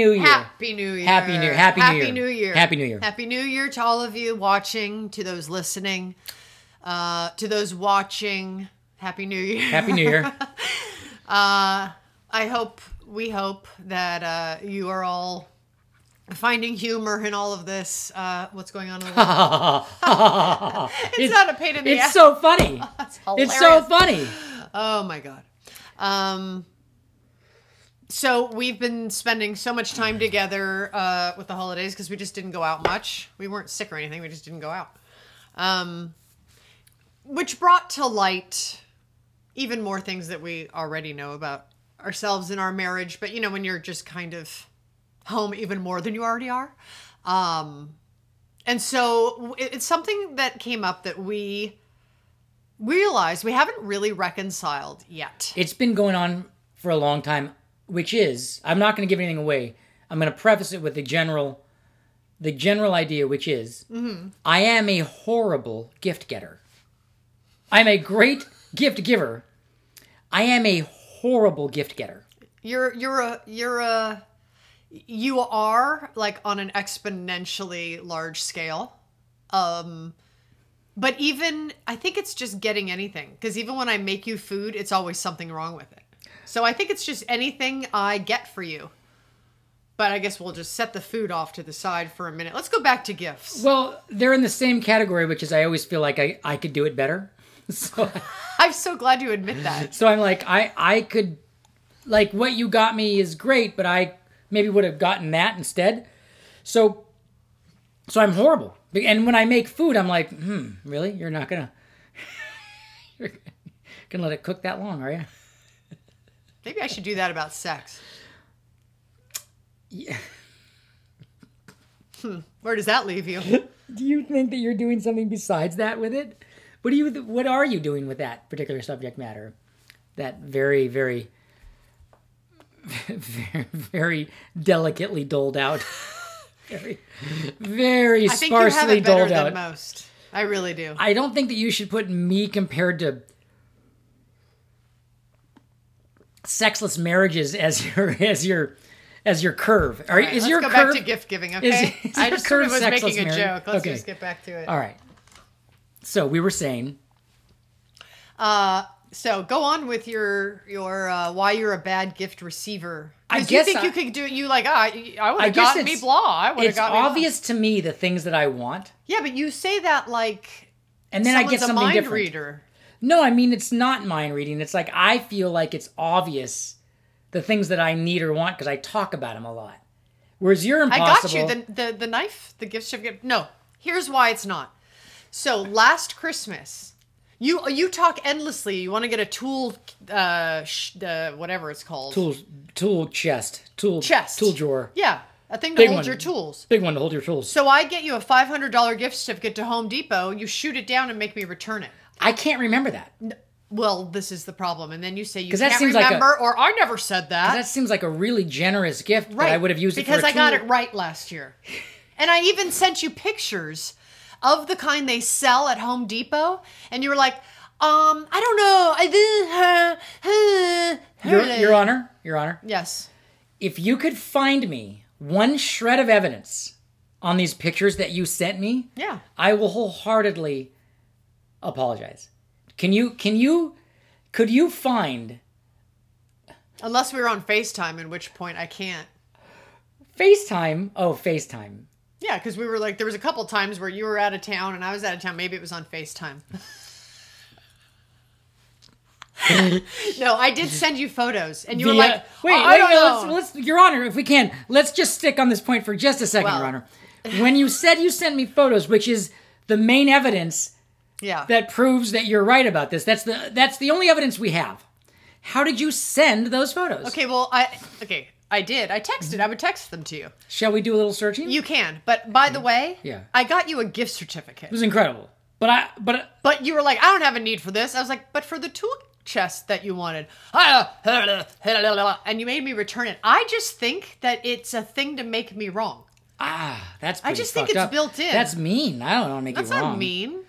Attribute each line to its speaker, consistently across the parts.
Speaker 1: Happy New Year.
Speaker 2: Happy New- Happy New Year.
Speaker 1: Happy New Year.
Speaker 2: Happy New Year.
Speaker 1: Happy New Year to all of you watching, to those listening, uh, to those watching. Happy New Year.
Speaker 2: Happy New Year.
Speaker 1: I hope, we hope that uh, you are all finding humor in all of this. Uh, what's going on in the world? it's, not a pain in the
Speaker 2: It's
Speaker 1: ass.
Speaker 2: so funny.
Speaker 1: It's
Speaker 2: It's so
Speaker 1: hilarious.
Speaker 2: funny.
Speaker 1: Oh my god. Um so we've been spending so much time together uh with the holidays because we just didn't go out much. We weren't sick or anything, we just didn't go out. Um which brought to light even more things that we already know about ourselves and our marriage, but you know when you're just kind of home even more than you already are. Um and so it- it's something that came up that we realized we haven't really reconciled yet.
Speaker 2: It's been going on for a long time, which is I'm not going to give anything away. I'm going to preface it with the general, the general idea, which is I am a horrible gift getter. I'm a great gift giver. I am a horrible gift getter.
Speaker 1: You're you're a you're a you are like on an exponentially large scale. Um but even I think it's just getting anything because even when I make you food, it's always something wrong with it. So I think it's just anything I get for you. But I guess we'll just set the food off to the side for a minute. Let's go back to gifts.
Speaker 2: Well, they're in the same category, which is I always feel like I, I could do it better. So,
Speaker 1: I'm so glad you admit that.
Speaker 2: so I'm like I I could, like what you got me is great, but I maybe would have gotten that instead. So, so I'm horrible. And when I make food, I'm like, hmm, really? You're not gonna, you're gonna let it cook that long, are you?
Speaker 1: Maybe I should do that about sex.
Speaker 2: Yeah.
Speaker 1: Where does that leave you?
Speaker 2: Do you think that you're doing something besides that with it? What do you? What are you doing with that particular subject matter? That very, very, very, very delicately doled out, very, very
Speaker 1: I think you have
Speaker 2: sparsely
Speaker 1: it better
Speaker 2: doled
Speaker 1: than
Speaker 2: out.
Speaker 1: most. I really do.
Speaker 2: I don't think that you should put me compared to sexless marriages as your as your as your curve. All right,
Speaker 1: All right,
Speaker 2: is
Speaker 1: let's
Speaker 2: your
Speaker 1: go
Speaker 2: curve
Speaker 1: back to gift giving? Okay,
Speaker 2: is
Speaker 1: I
Speaker 2: your
Speaker 1: just sort of
Speaker 2: curve
Speaker 1: was
Speaker 2: sexless
Speaker 1: making a
Speaker 2: marriage?
Speaker 1: joke. Let's
Speaker 2: Okay.
Speaker 1: just get back to it.
Speaker 2: All right. So we were saying
Speaker 1: Uh, so go on with your your uh, why you're a bad gift receiver.
Speaker 2: I
Speaker 1: 'Cause
Speaker 2: guess
Speaker 1: you think
Speaker 2: I-
Speaker 1: you could do it. You like I I would
Speaker 2: I
Speaker 1: have
Speaker 2: guess
Speaker 1: gotten me
Speaker 2: it's-
Speaker 1: blah. I would have
Speaker 2: it's
Speaker 1: got me blah.
Speaker 2: obvious to me the things that I want,
Speaker 1: Yeah, but you say that like
Speaker 2: and then I
Speaker 1: someone's
Speaker 2: get
Speaker 1: a
Speaker 2: something
Speaker 1: mind
Speaker 2: different.
Speaker 1: reader.
Speaker 2: No, I mean it's not mind reading. It's like I feel like it's obvious the things that I need or want because I talk about them a lot. Whereas you're
Speaker 1: I
Speaker 2: impossible.
Speaker 1: got you the, the the knife, the gift shop gift. No, here's why it's not. So last Christmas, you you talk endlessly. You want to get a tool, uh, sh- uh, whatever it's called,
Speaker 2: tool tool chest tool
Speaker 1: chest,
Speaker 2: tool drawer
Speaker 1: Yeah, a thing to
Speaker 2: Big
Speaker 1: hold
Speaker 2: one.
Speaker 1: your tools.
Speaker 2: big one to hold your tools
Speaker 1: So I get you a five hundred dollar gift certificate to Home Depot. You shoot it down and make me return it.
Speaker 2: i can't remember that
Speaker 1: Well, this is the problem. And then you say you
Speaker 2: 'Cause that
Speaker 1: can't
Speaker 2: seems like a-
Speaker 1: remember, or I never said that.
Speaker 2: that seems like a really generous gift but
Speaker 1: Right.
Speaker 2: i would have used
Speaker 1: because
Speaker 2: it for a
Speaker 1: I got
Speaker 2: tool.
Speaker 1: it right last year, and I even sent you pictures of the kind they sell at Home Depot, and you were like, "Um, I don't know." I did, uh, uh,
Speaker 2: your,
Speaker 1: uh."
Speaker 2: your honor your honor
Speaker 1: Yes.
Speaker 2: if you could find me one shred of evidence on these pictures that you sent me
Speaker 1: Yeah.
Speaker 2: i will wholeheartedly apologize can you can you could you find
Speaker 1: Unless we were on Facetime, in which point I can't.
Speaker 2: facetime oh facetime
Speaker 1: Yeah, because we were like, there was a couple times where you were out of town and I was out of town. Maybe it was on FaceTime. no, I did send you photos, and you were
Speaker 2: The,
Speaker 1: like,
Speaker 2: uh, wait,
Speaker 1: "Oh, I
Speaker 2: wait,
Speaker 1: don't
Speaker 2: wait,
Speaker 1: know."
Speaker 2: Let's, let's, Your Honor, if we can, let's just stick on this point for just a second,
Speaker 1: Well-
Speaker 2: Your Honor. When you said you sent me photos, which is the main evidence
Speaker 1: yeah,
Speaker 2: that proves that you're right about this, that's the that's the only evidence we have. How did you send those photos?
Speaker 1: Okay, well, I okay, I did. I texted. I would text them to you.
Speaker 2: Shall we do a little searching?
Speaker 1: You can, but by the way,
Speaker 2: Yeah.
Speaker 1: I got you a gift
Speaker 2: it
Speaker 1: certificate.
Speaker 2: was incredible, but I but
Speaker 1: But you were like, I don't have a need for this. I was like, but for the tool chest that you wanted, and you made me return it. I just think that it's a thing to make me wrong.
Speaker 2: ah, that's pretty
Speaker 1: just think
Speaker 2: fucked
Speaker 1: it's
Speaker 2: up.
Speaker 1: built in.
Speaker 2: That's mean. I don't want to make
Speaker 1: That's
Speaker 2: you wrong.
Speaker 1: not mean.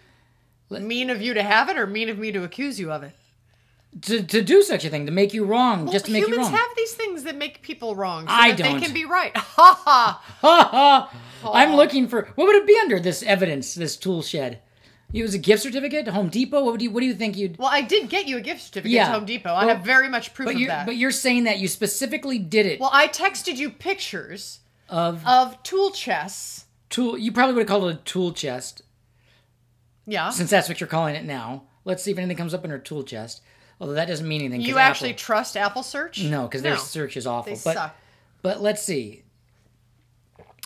Speaker 1: Mean of you to have it, or mean of me to accuse you of it.
Speaker 2: to, to do such a thing, to make you wrong, just to make you
Speaker 1: humans
Speaker 2: wrong.
Speaker 1: have these things that make people wrong. So
Speaker 2: I
Speaker 1: that
Speaker 2: don't.
Speaker 1: They can be right. Ha ha.
Speaker 2: Ha ha! I'm looking for what would it be under this evidence, this tool shed? It was a gift certificate, Home Depot. What do you What do you think you'd?
Speaker 1: Well, I did get you a gift certificate
Speaker 2: Yeah.
Speaker 1: at Home Depot. I
Speaker 2: Well,
Speaker 1: have very much proof
Speaker 2: But
Speaker 1: of
Speaker 2: you
Speaker 1: that.
Speaker 2: But you're saying that you specifically did it
Speaker 1: well, I texted you pictures
Speaker 2: of
Speaker 1: of tool chests.
Speaker 2: tool. You probably would have called it a tool chest,
Speaker 1: Yeah.
Speaker 2: since that's what you're calling it now. Let's see if anything comes up in her tool chest. Although that doesn't mean anything. 'cause
Speaker 1: You
Speaker 2: Apple-
Speaker 1: actually trust Apple Search?
Speaker 2: no, because their search is awful.
Speaker 1: They
Speaker 2: but
Speaker 1: suck.
Speaker 2: but let's see.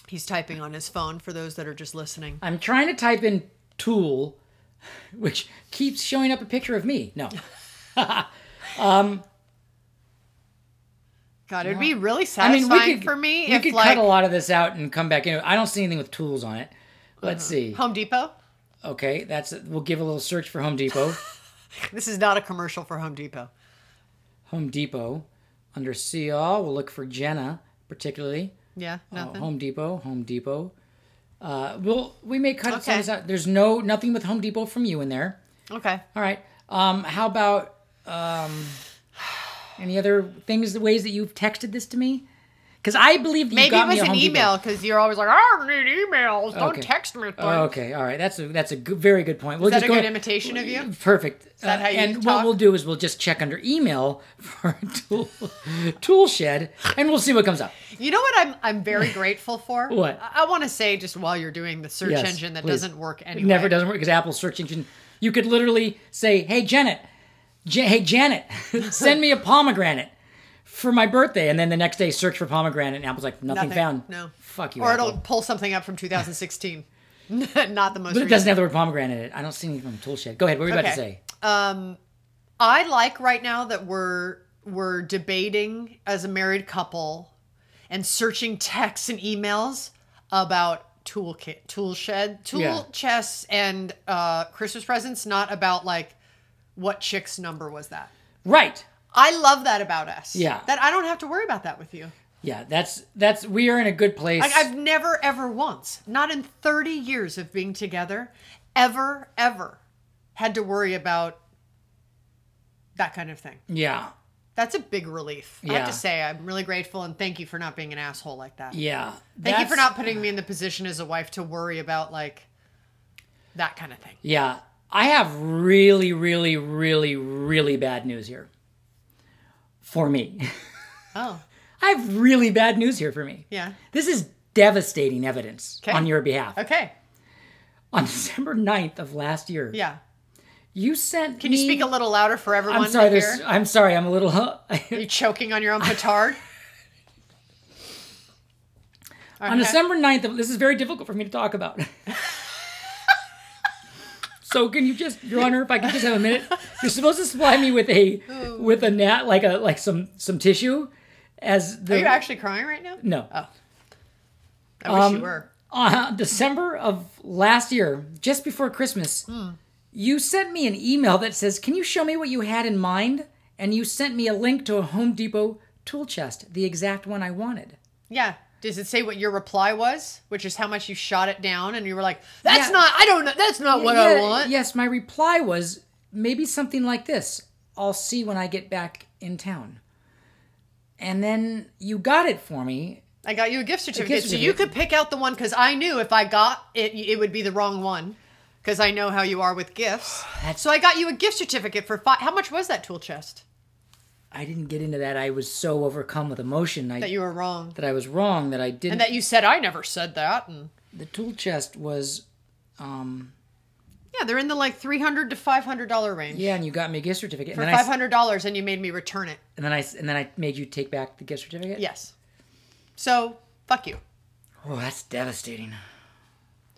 Speaker 1: He's typing on his phone for those that are just listening.
Speaker 2: I'm trying to type in tool, which keeps showing up a picture of me. No.
Speaker 1: God, it would be really
Speaker 2: I mean,
Speaker 1: satisfying
Speaker 2: we could,
Speaker 1: for me
Speaker 2: we
Speaker 1: if
Speaker 2: could
Speaker 1: like
Speaker 2: cut a lot of this out and come back in. I don't see anything with tools on it.
Speaker 1: Uh-huh.
Speaker 2: Let's see.
Speaker 1: Home Depot.
Speaker 2: Okay, that's we'll give a little search for Home Depot.
Speaker 1: This is not a commercial for Home Depot.
Speaker 2: Home Depot under see all. We'll look for Jenna particularly.
Speaker 1: Yeah,
Speaker 2: Oh,
Speaker 1: nothing.
Speaker 2: Home Depot. Home Depot. Uh, we'll we may cut some of
Speaker 1: Okay.
Speaker 2: this out. There's no nothing with Home Depot from you in there.
Speaker 1: Okay.
Speaker 2: All right. Um, how about um, any other things, the ways that you've texted this to me? Because I believe that you
Speaker 1: Maybe
Speaker 2: got
Speaker 1: it
Speaker 2: me
Speaker 1: was
Speaker 2: a
Speaker 1: an
Speaker 2: Home Depot.
Speaker 1: email because you're always like, I don't need emails. Don't
Speaker 2: Okay.
Speaker 1: text me. things."
Speaker 2: Oh, okay, all right. That's a that's a good, very good point. We'll
Speaker 1: Is that
Speaker 2: just
Speaker 1: a
Speaker 2: go
Speaker 1: good imitation of you?
Speaker 2: Perfect. Uh,
Speaker 1: that how you
Speaker 2: and what
Speaker 1: talk?
Speaker 2: we'll do is we'll just check under email for tool tool shed, and we'll see what comes up.
Speaker 1: You know what I'm I'm very grateful for?
Speaker 2: What?
Speaker 1: I, want to say just while you're doing the search
Speaker 2: Yes,
Speaker 1: engine that
Speaker 2: please.
Speaker 1: doesn't work
Speaker 2: It
Speaker 1: anyway.
Speaker 2: never doesn't work because Apple's search engine. You could literally say, "Hey Janet, Ja- hey Janet, send me a pomegranate for my birthday," and then the next day search for pomegranate, and Apple's like, "Nothing,
Speaker 1: Nothing.
Speaker 2: found."
Speaker 1: No.
Speaker 2: Fuck you.
Speaker 1: Or
Speaker 2: Apple.
Speaker 1: it'll pull something up from 2016. not the most
Speaker 2: But it
Speaker 1: recent.
Speaker 2: doesn't have the word pomegranate in it. I don't see anything from tool shed. Go ahead. What were you about to
Speaker 1: Okay. Um,
Speaker 2: say?
Speaker 1: I like right now that we're we're debating as a married couple and searching texts and emails about tool kit, tool shed, tool
Speaker 2: Yeah.
Speaker 1: chests, and uh, Christmas presents. Not about like what chick's number was that.
Speaker 2: Right.
Speaker 1: I love that about us.
Speaker 2: Yeah.
Speaker 1: that I don't have to worry about that with you.
Speaker 2: Yeah, that's that's we are in a good place.
Speaker 1: Like I've never ever once, not in 30 years of being together, ever ever had to worry about that kind of thing.
Speaker 2: yeah,
Speaker 1: That's a big relief. I
Speaker 2: Yeah.
Speaker 1: have to say, I'm really grateful and thank you for not being an asshole like that.
Speaker 2: yeah.
Speaker 1: thank you
Speaker 2: That's-
Speaker 1: for not putting me in the position as a wife to worry about like that kind of thing.
Speaker 2: Yeah, I have really, really, really, really bad news here. For me,
Speaker 1: Oh,
Speaker 2: I have really bad news here for me.
Speaker 1: yeah.
Speaker 2: This is devastating evidence
Speaker 1: Okay.
Speaker 2: on your behalf.
Speaker 1: Okay.
Speaker 2: On December 9th of last year,
Speaker 1: Yeah.
Speaker 2: you sent.
Speaker 1: Can you
Speaker 2: me-
Speaker 1: speak a little louder for everyone
Speaker 2: I'm sorry.
Speaker 1: to
Speaker 2: There's,
Speaker 1: hear?
Speaker 2: I'm sorry. I'm a little.
Speaker 1: Are you choking on your own petard?
Speaker 2: On December 9th, of, this is very difficult for me to talk about. so can you just, Your Honor, if I could just have a minute? You're supposed to supply me with a with a nat like a like some some tissue as the
Speaker 1: Are you actually Oh. crying right now?
Speaker 2: no.
Speaker 1: I wish you were.
Speaker 2: Uh, December of last year, just before Christmas,
Speaker 1: Hmm.
Speaker 2: you sent me an email that says, "Can you show me what you had in mind?" And you sent me a link to a Home Depot tool chest, the exact one I wanted.
Speaker 1: Yeah. Does it say what your reply was? Which is how much you shot it down and you were like, that's
Speaker 2: Yeah.
Speaker 1: not, I don't know, that's not what I
Speaker 2: Yeah,
Speaker 1: want.
Speaker 2: Yes, my reply was maybe something like this I'll see when I get back in town. And then you got it for me.
Speaker 1: I got you a gift certificate, so you
Speaker 2: certificate.
Speaker 1: could pick out the one because I knew if I got it, it would be the wrong one because I know how you are with gifts. so I got you a gift certificate for five. How much was that tool chest?
Speaker 2: I didn't get into that. I was so overcome with emotion I,
Speaker 1: That
Speaker 2: that,
Speaker 1: you were wrong,
Speaker 2: I was wrong that I didn't.
Speaker 1: and that you said I never said that. And
Speaker 2: the tool chest was, um,
Speaker 1: yeah, they're in the like three hundred to five hundred dollar range.
Speaker 2: yeah, and you got me a gift certificate.
Speaker 1: for
Speaker 2: and, then I,
Speaker 1: five
Speaker 2: s-
Speaker 1: hundred dollars, and you made me return it.
Speaker 2: and, then I, s- and then I made you take back the gift certificate?
Speaker 1: Yes. So fuck you,
Speaker 2: Oh, that's devastating.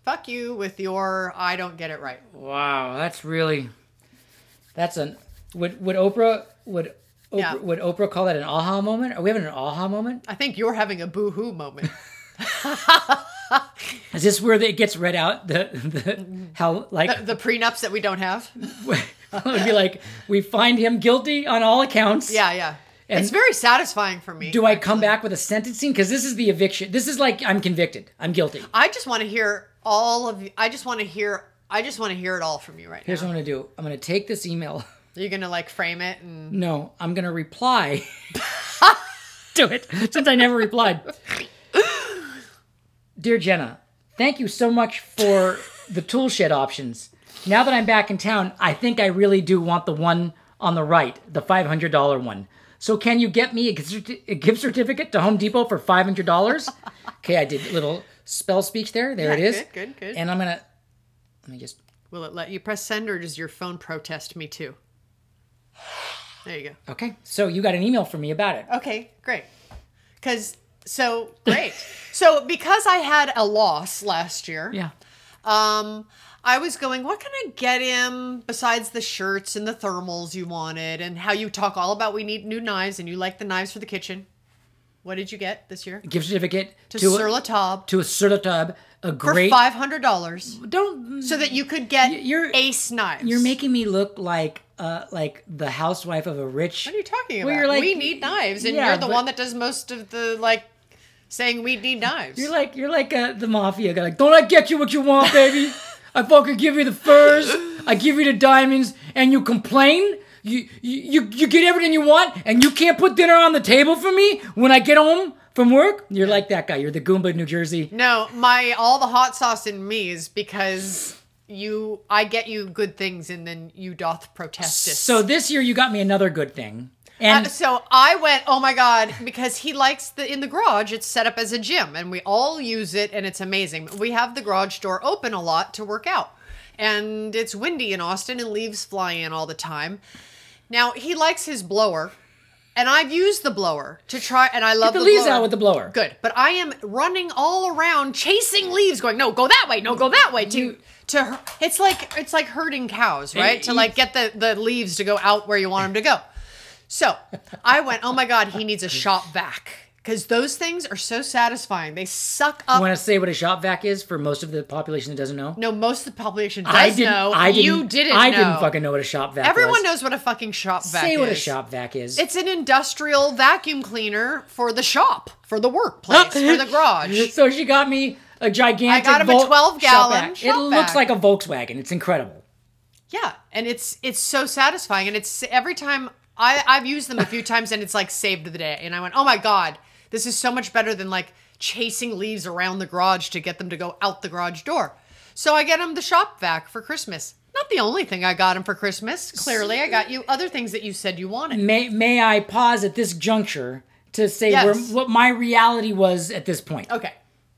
Speaker 1: fuck you with your I don't get it right.
Speaker 2: Wow, that's really. That's an. Would, would Oprah. Would Oprah,
Speaker 1: Yeah.
Speaker 2: would Oprah call that an aha moment? Are we having an aha moment?
Speaker 1: I think you're having a boo hoo moment.
Speaker 2: Is this where it gets read out? The, the how like
Speaker 1: the prenups that we don't have.
Speaker 2: it would be like we find him guilty on all accounts.
Speaker 1: Yeah, yeah. it's very satisfying for me.
Speaker 2: Do I come back with a sentencing? Because this is the eviction. This is like I'm convicted. I'm guilty.
Speaker 1: I just want to hear all of. I just want to hear. I just want to hear it all from you right
Speaker 2: Here's
Speaker 1: now.
Speaker 2: what I'm gonna do. I'm gonna take this email
Speaker 1: Are you gonna like frame it and
Speaker 2: No, I'm going to reply to it since I never replied. Dear Jenna, thank you so much for the tool shed options. Now that I'm back in town, I think I really do want the one on the right, the $500 one. So can you get me a gift certi- a gift certificate to Home Depot for $500? okay, I did a little spell speech there. There it
Speaker 1: Yeah,
Speaker 2: is.
Speaker 1: good, good, good.
Speaker 2: And I'm going to let me just
Speaker 1: will it let you press send or does your phone protest me too? There you go.
Speaker 2: Okay. So you got an email from me about it.
Speaker 1: Okay, great. Because so great. so because I had a loss last year,
Speaker 2: Yeah.
Speaker 1: um, I was going. What can I get him besides the shirts and the thermals you wanted, and how you talk all about we need new knives and you like the knives for the kitchen. What did you get this year?
Speaker 2: Gift certificate
Speaker 1: To,
Speaker 2: to
Speaker 1: Sur La Table
Speaker 2: to a Surtub, a
Speaker 1: for
Speaker 2: great.
Speaker 1: five hundred dollars,
Speaker 2: don't
Speaker 1: so that you could get
Speaker 2: you're-
Speaker 1: ace knives.
Speaker 2: you're making me look like uh like the housewife of a rich.
Speaker 1: What are you talking about?
Speaker 2: Well, you're like-
Speaker 1: we need knives, and
Speaker 2: Yeah,
Speaker 1: you're the
Speaker 2: but-
Speaker 1: one that does most of the like saying we need knives.
Speaker 2: You're like you're like uh, the mafia guy. Like, don't I get you what you want, baby? I fucking give you the furs, I give you the diamonds, and you complain. You, you you- you get everything you want, and you can't put dinner on the table for me when I get home from work. You're like that guy. You're the Goomba, of New Jersey.
Speaker 1: No, my all the hot sauce in me is because you I get you good things and then you doth protest it.
Speaker 2: So this year you got me another good thing.
Speaker 1: Uh,
Speaker 2: And
Speaker 1: so I went, oh my god, because he likes the in the garage. It's set up as a gym, and we all use it, and it's amazing. We have the garage door open a lot to work out, and it's windy in Austin, and leaves fly in all the time. Now he likes his blower, and I've used the blower to try, and I love
Speaker 2: the leaves
Speaker 1: blower.
Speaker 2: out with the blower.
Speaker 1: Good, but I am running all around chasing leaves, going no, go that way, no, go that way. To to her, it's like it's like herding cows, right? to
Speaker 2: you-
Speaker 1: like get the the leaves to go out where you want them to go. So I went, oh my God, he needs a shop vac. Because those things are so satisfying. They suck up.
Speaker 2: I want to say what a shop vac is for most of the population that doesn't know.
Speaker 1: no, most of the population does
Speaker 2: I didn't.
Speaker 1: know.
Speaker 2: I didn't.
Speaker 1: you didn't
Speaker 2: I
Speaker 1: know.
Speaker 2: didn't fucking know what a shop vac.
Speaker 1: Everyone
Speaker 2: was.
Speaker 1: knows what a fucking shop vac
Speaker 2: Say
Speaker 1: is.
Speaker 2: what a shop vac is.
Speaker 1: It's an industrial vacuum cleaner for the shop, for the workplace, for the garage.
Speaker 2: so she got me a gigantic.
Speaker 1: I got him a
Speaker 2: Vol-
Speaker 1: 12
Speaker 2: shop
Speaker 1: gallon
Speaker 2: vac.
Speaker 1: shop
Speaker 2: it looks
Speaker 1: vac.
Speaker 2: like a Volkswagen. It's incredible.
Speaker 1: Yeah, and it's it's so satisfying, and it's every time I I've used them a few times, and it's like saved the day. And I went, oh my god, this is so much better than like chasing leaves around the garage to get them to go out the garage door. So I get him the shop vac for Christmas. Not the only thing I got him for Christmas. Clearly, I got you other things that you said you wanted.
Speaker 2: May May I pause at this juncture to say
Speaker 1: Yes.
Speaker 2: where, what my reality was at this point?
Speaker 1: Okay,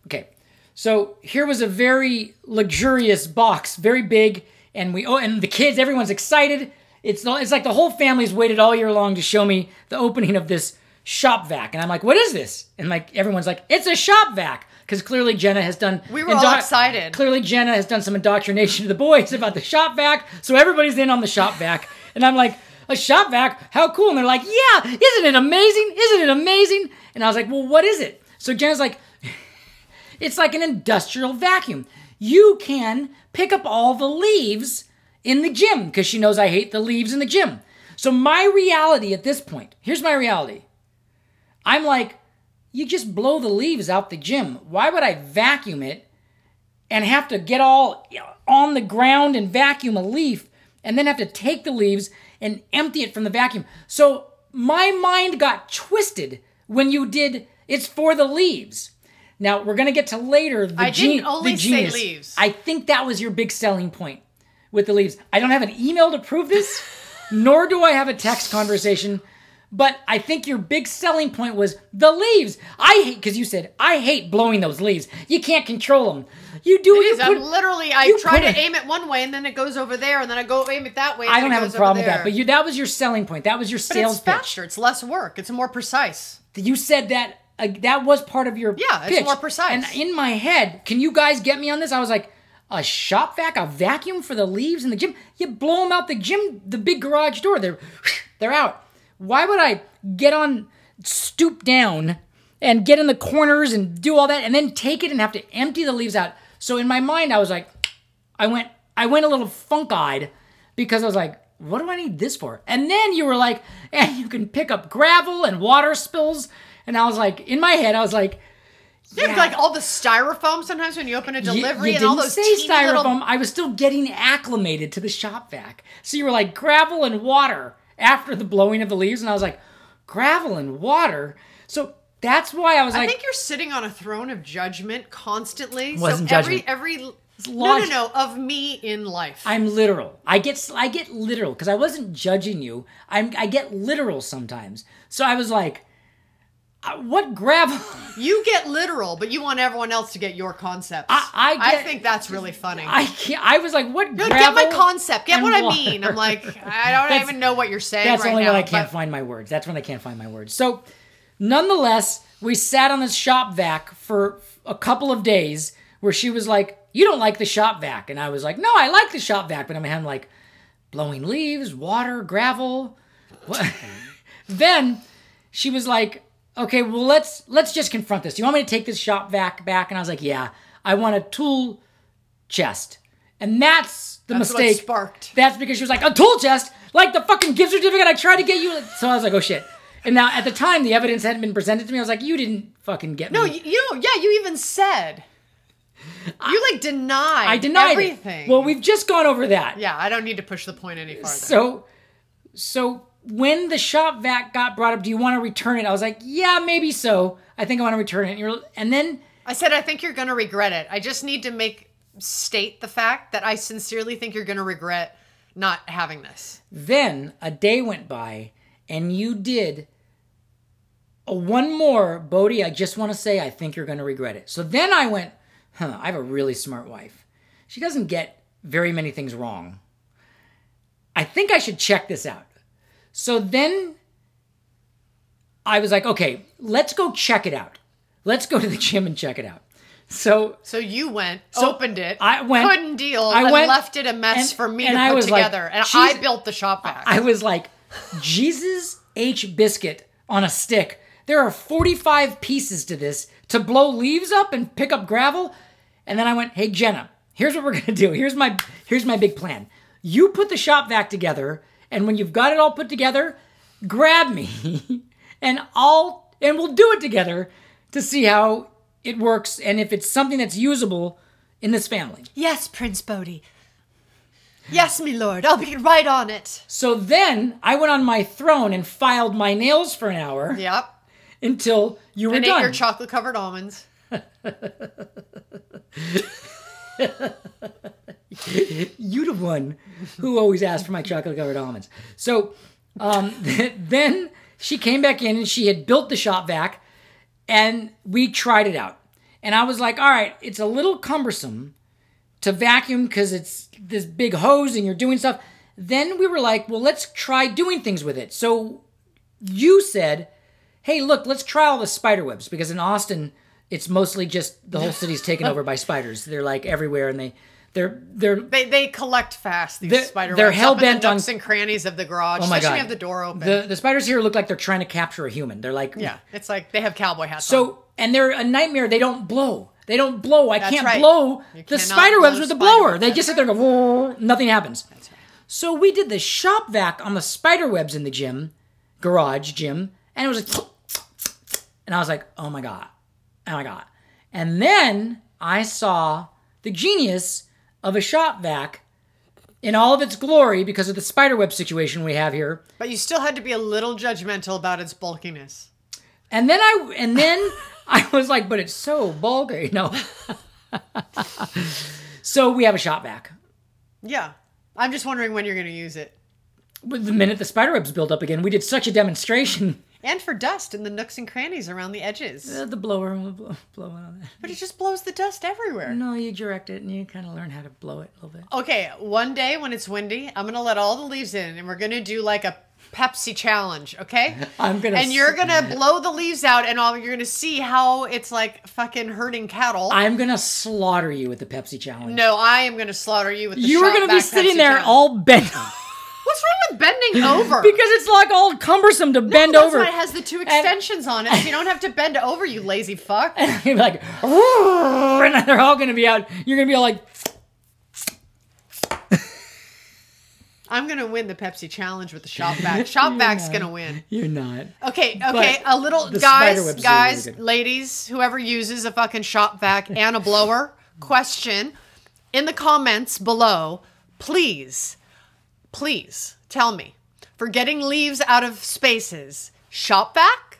Speaker 2: Okay. So here was a very luxurious box, very big, and we oh and the kids, everyone's excited. It's the- it's like the whole family's waited all year long to show me the opening of this shop vac, and I'm like, what is this? And like everyone's like, it's a shop vac. Because clearly Jenna has done.
Speaker 1: We were all excited.
Speaker 2: Clearly Jenna has done some indoctrination to the boys about the shop vac, so everybody's in on the shop vac, and I'm like, a shop vac? How cool! And they're like, yeah, isn't it amazing? Isn't it amazing? And I was like, well, what is it? So Jenna's like, it's like an industrial vacuum. You can pick up all the leaves in the gym because she knows I hate the leaves in the gym. So, my reality at this point here's my reality I'm like, you just blow the leaves out the gym. Why would I vacuum it and have to get all on the ground and vacuum a leaf and then have to take the leaves and empty it from the vacuum? So, my mind got twisted when you did it's for the leaves. Now, we're going to get to later the,
Speaker 1: I didn't
Speaker 2: gen-
Speaker 1: only
Speaker 2: the
Speaker 1: say
Speaker 2: genius.
Speaker 1: leaves.
Speaker 2: I think that was your big selling point with the leaves. I don't have an email to prove this, nor do I have a text conversation. But I think your big selling point was the leaves. I hate because you said I hate blowing those leaves. You can't control them. You do. You
Speaker 1: Because I'm
Speaker 2: put-
Speaker 1: literally I
Speaker 2: you
Speaker 1: try
Speaker 2: put
Speaker 1: to
Speaker 2: a-
Speaker 1: aim it one way, and then it goes over there, and then I go aim it that way. and
Speaker 2: I
Speaker 1: then
Speaker 2: don't
Speaker 1: it
Speaker 2: have a
Speaker 1: goes over
Speaker 2: problem with that.
Speaker 1: there.
Speaker 2: But you, that was your selling point. That was your
Speaker 1: But it's
Speaker 2: sales pitch.
Speaker 1: faster. It's less work. It's more precise.
Speaker 2: You said that uh, that was part of your
Speaker 1: Yeah, it's
Speaker 2: pitch.
Speaker 1: more precise.
Speaker 2: And in my head, can you guys get me on this? I was like, a shop vac, a vacuum for the leaves in the gym. You blow them out the gym, the big garage door. They're they're out. Why would I get on, stoop down, and get in the corners and do all that, and then take it and have to empty the leaves out? So in my mind, I was like, I went I went a little funk eyed because I was like, what do I need this for? And then you were like, and you can pick up gravel and water spills. And I was like, in my head, I was like,
Speaker 1: Yeah, like all the styrofoam sometimes when you open a
Speaker 2: You-
Speaker 1: delivery
Speaker 2: you
Speaker 1: and all
Speaker 2: didn't
Speaker 1: those
Speaker 2: say
Speaker 1: teeny
Speaker 2: styrofoam.
Speaker 1: little
Speaker 2: I was still getting acclimated to the shop vac. So you were like gravel and water after the blowing of the leaves, and I was like, gravel and water. So that's why I was
Speaker 1: I
Speaker 2: like,
Speaker 1: think you're sitting on a throne of judgment constantly.
Speaker 2: Wasn't
Speaker 1: so
Speaker 2: judgment.
Speaker 1: every every no no
Speaker 2: logic.
Speaker 1: no of me in life.
Speaker 2: I'm literal. I get s- I get literal because I wasn't judging you. I'm I get literal sometimes. So I was like, uh, what gravel?
Speaker 1: you get literal, but you want everyone else to get your concepts.
Speaker 2: I- I
Speaker 1: I
Speaker 2: get-
Speaker 1: think that's really funny.
Speaker 2: I can't, I was like, what
Speaker 1: Dude,
Speaker 2: gravel?
Speaker 1: get my concept. Get
Speaker 2: and
Speaker 1: what I
Speaker 2: water.
Speaker 1: mean. I'm like, I don't
Speaker 2: That's-
Speaker 1: even know what you're saying
Speaker 2: That's
Speaker 1: right
Speaker 2: only
Speaker 1: now.
Speaker 2: when I can't
Speaker 1: but-
Speaker 2: find my words. That's when I can't find my words. So, nonetheless, we sat on this shop vac for a couple of days where she was like, "You don't like the shop vac," and I was like, "No, I like the shop vac," but I'm having like blowing leaves, water, gravel. What? then she was like, "Okay, well let's let's just confront this. Do you want me to take this shop vac back?" And I was like, "Yeah, I want a tool chest." And that's the
Speaker 1: That's what
Speaker 2: mistake.
Speaker 1: sparked.
Speaker 2: That's because she was like, a tool chest, like the fucking gift certificate I tried to get you. So I was like, oh shit. And now at the time, the evidence hadn't been presented to me. I was like, you didn't fucking get me.
Speaker 1: No, you, you know, yeah, you even said. You like denied.
Speaker 2: I denied
Speaker 1: everything.
Speaker 2: it. Well, we've just gone over that.
Speaker 1: yeah, I don't need to push the point any farther.
Speaker 2: So, so when the shop vac got brought up, do you want to return it? I was like, yeah, maybe so. I think I want to return it. And, you're, and then
Speaker 1: I said, I think you're going to regret it. I just need to make state the fact that I sincerely think you're going to regret not having this.
Speaker 2: Then a day went by, and you did a one more, Bodhi. I just want to say, I think you're going to regret it. So then I went, huh, I have a really smart wife. She doesn't get very many things wrong. I think I should check this out. So then I was like, okay, let's go check it out. Let's go to the gym and check it out. So
Speaker 1: So you went, opened it,
Speaker 2: Oh, I went-
Speaker 1: couldn't deal,
Speaker 2: I
Speaker 1: and
Speaker 2: went-
Speaker 1: left it a mess
Speaker 2: and-
Speaker 1: for me
Speaker 2: and
Speaker 1: to
Speaker 2: I
Speaker 1: put
Speaker 2: was like,
Speaker 1: together. and I
Speaker 2: "Jesus-
Speaker 1: built the shop back.
Speaker 2: I was like, Jesus H biscuit on a stick. There are 45 pieces to this to blow leaves up and pick up gravel. And then I went, hey Jenna, here's what we're gonna do. Here's my here's my big plan. You put the shop vac together, and when you've got it all put together, grab me and I'll and we'll do it together to see how it works and if it's something that's usable in this family.
Speaker 1: yes, Prince Bodhi. Yes, me lord. I'll be right on it.
Speaker 2: So then I went on my throne and filed my nails for an hour.
Speaker 1: Yep.
Speaker 2: until you were
Speaker 1: And ate
Speaker 2: done.
Speaker 1: your chocolate covered almonds.
Speaker 2: you the one who always asked for my chocolate covered almonds. So um, then she came back in and she had built the shop vac and we tried it out. And I was like, all right, it's a little cumbersome to vacuum because it's this big hose and you're doing stuff. Then we were like, well, let's try doing things with it. So you said, hey, look, let's try all the spider webs because in Austin, it's mostly just the whole city's taken over by spiders. They're like everywhere and they. They're they're
Speaker 1: They they collect fast these
Speaker 2: They're-
Speaker 1: spider
Speaker 2: they're
Speaker 1: webs up in
Speaker 2: hell-bent
Speaker 1: the
Speaker 2: on-
Speaker 1: nooks and crannies of the garage.
Speaker 2: Oh my
Speaker 1: especially
Speaker 2: god!
Speaker 1: if you have the door open.
Speaker 2: The, the spiders here look like they're trying to capture a human. They're like
Speaker 1: yeah, it's like they have cowboy hats. on.
Speaker 2: So and they're a nightmare. They don't blow. They don't blow. I can't
Speaker 1: right.
Speaker 2: blow
Speaker 1: You
Speaker 2: the
Speaker 1: cannot
Speaker 2: spider
Speaker 1: blow
Speaker 2: webs with the
Speaker 1: spider
Speaker 2: blower.
Speaker 1: webs.
Speaker 2: They just sit there and go. "Whoa," Nothing happens. So we did the shop vac on the spider webs in the gym, garage gym, and it was like, and I was like, oh my god, oh my god. And then I saw the genius of a shop vac in all of its glory because of the spider web situation we have here.
Speaker 1: But you still had to be a little judgmental about its bulkiness.
Speaker 2: And then I and then I was like, but it's so vulgar, you know. so we have a shot back.
Speaker 1: Yeah. I'm just wondering when you're going to use it.
Speaker 2: But the minute the spider webs build up again, we did such a demonstration.
Speaker 1: And for dust in the nooks and crannies around the edges.
Speaker 2: Uh, the blower will blow, blow on that.
Speaker 1: But it just blows the dust everywhere.
Speaker 2: No, you direct it and you kind of learn how to blow it a little bit.
Speaker 1: Okay, one day when it's windy, I'm going to let all the leaves in and we're going to do like a Pepsi challenge, okay?
Speaker 2: I'm gonna
Speaker 1: And you're
Speaker 2: s-
Speaker 1: going to blow the leaves out and all you're going to see how it's like fucking herding cattle.
Speaker 2: I'm gonna slaughter you with the Pepsi challenge.
Speaker 1: no, I am going to slaughter you with the
Speaker 2: you were
Speaker 1: going
Speaker 2: gonna
Speaker 1: to
Speaker 2: be sitting there all bent
Speaker 1: What's wrong with bending over?
Speaker 2: because it's like all cumbersome to bend
Speaker 1: that's
Speaker 2: over.
Speaker 1: why it has the two extensions on it. so you don't have to bend over, you lazy fuck.
Speaker 2: You're like, and they're all gonna be out. You're gonna be all like,
Speaker 1: I'm gonna win the Pepsi challenge with the shop vac. Shop vac's gonna win.
Speaker 2: You're not.
Speaker 1: Okay, okay. a little
Speaker 2: the spider
Speaker 1: guys,
Speaker 2: webs are
Speaker 1: guys,
Speaker 2: really good.
Speaker 1: ladies, whoever uses a fucking shop vac and a blower, question in the comments below, please, please tell me for getting leaves out of spaces, shop vac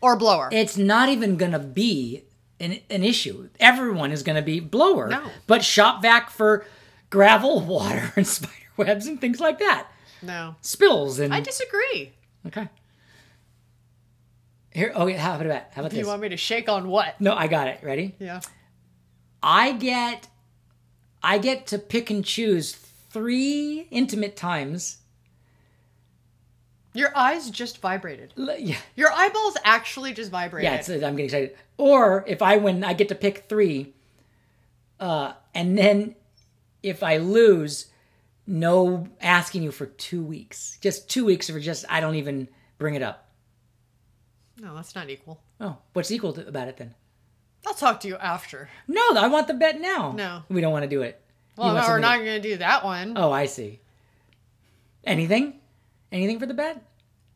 Speaker 1: or blower?
Speaker 2: It's not even going to be an, an issue. Everyone is going to be blower.
Speaker 1: No.
Speaker 2: But shop vac for gravel, water, and spider webs and things like that.
Speaker 1: no,
Speaker 2: Spills and.
Speaker 1: I disagree.
Speaker 2: Okay. Here. Oh, yeah. How about that? How about
Speaker 1: You
Speaker 2: this?
Speaker 1: want me to shake on what?
Speaker 2: no, I got it. Ready?
Speaker 1: Yeah.
Speaker 2: I get I get to pick and choose three intimate times.
Speaker 1: Your eyes just vibrated.
Speaker 2: L- Yeah,
Speaker 1: Your eyeballs actually just vibrated.
Speaker 2: yeah, it's, I'm getting excited. Or if I win, I get to pick three, uh, and then if I lose, no asking you for two weeks. Just two weeks for just I don't even bring it up.
Speaker 1: no, that's not equal.
Speaker 2: Oh, what's equal to, about it then?
Speaker 1: I'll talk to you after.
Speaker 2: No, I want the bet now.
Speaker 1: No.
Speaker 2: we don't want to do it. You
Speaker 1: Well,
Speaker 2: want
Speaker 1: no, we're
Speaker 2: something-
Speaker 1: not going to do that one.
Speaker 2: Oh, I see. Anything? Anything for the bet?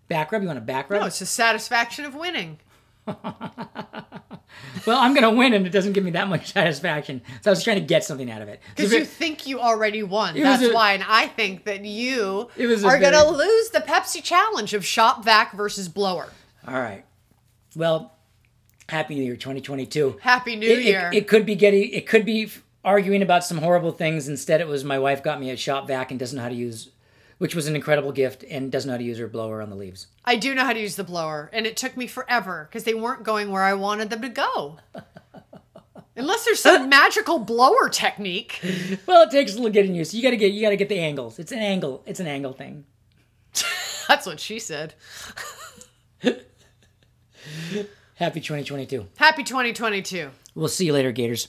Speaker 2: Back rub? You want a back rub?
Speaker 1: No, it's the satisfaction of winning.
Speaker 2: Well, I'm gonna win, and it doesn't give me that much satisfaction. So I was trying to get something out of it. So
Speaker 1: Because
Speaker 2: if
Speaker 1: you
Speaker 2: it-
Speaker 1: think you already won.
Speaker 2: was
Speaker 1: That's
Speaker 2: a-
Speaker 1: why. And I think that you
Speaker 2: It was a
Speaker 1: are going to
Speaker 2: very-
Speaker 1: lose the Pepsi challenge of shop vac versus blower.
Speaker 2: all right. Well, happy New Year, 2022.
Speaker 1: Happy New
Speaker 2: It, it-
Speaker 1: Year.
Speaker 2: it could be getting. It could be f- arguing about some horrible things. Instead, it was my wife got me a shop vac and doesn't know how to use, which was an incredible gift, and doesn't know how to use her blower on the leaves.
Speaker 1: I do know how to use the blower, and it took me forever because they weren't going where I wanted them to go. Unless there's some magical blower technique.
Speaker 2: Well, it takes a little getting used. You gotta get. You gotta get the angles. It's an angle. It's an angle thing.
Speaker 1: That's what she said.
Speaker 2: Happy 2022.
Speaker 1: Happy 2022.
Speaker 2: We'll see you later, Gators.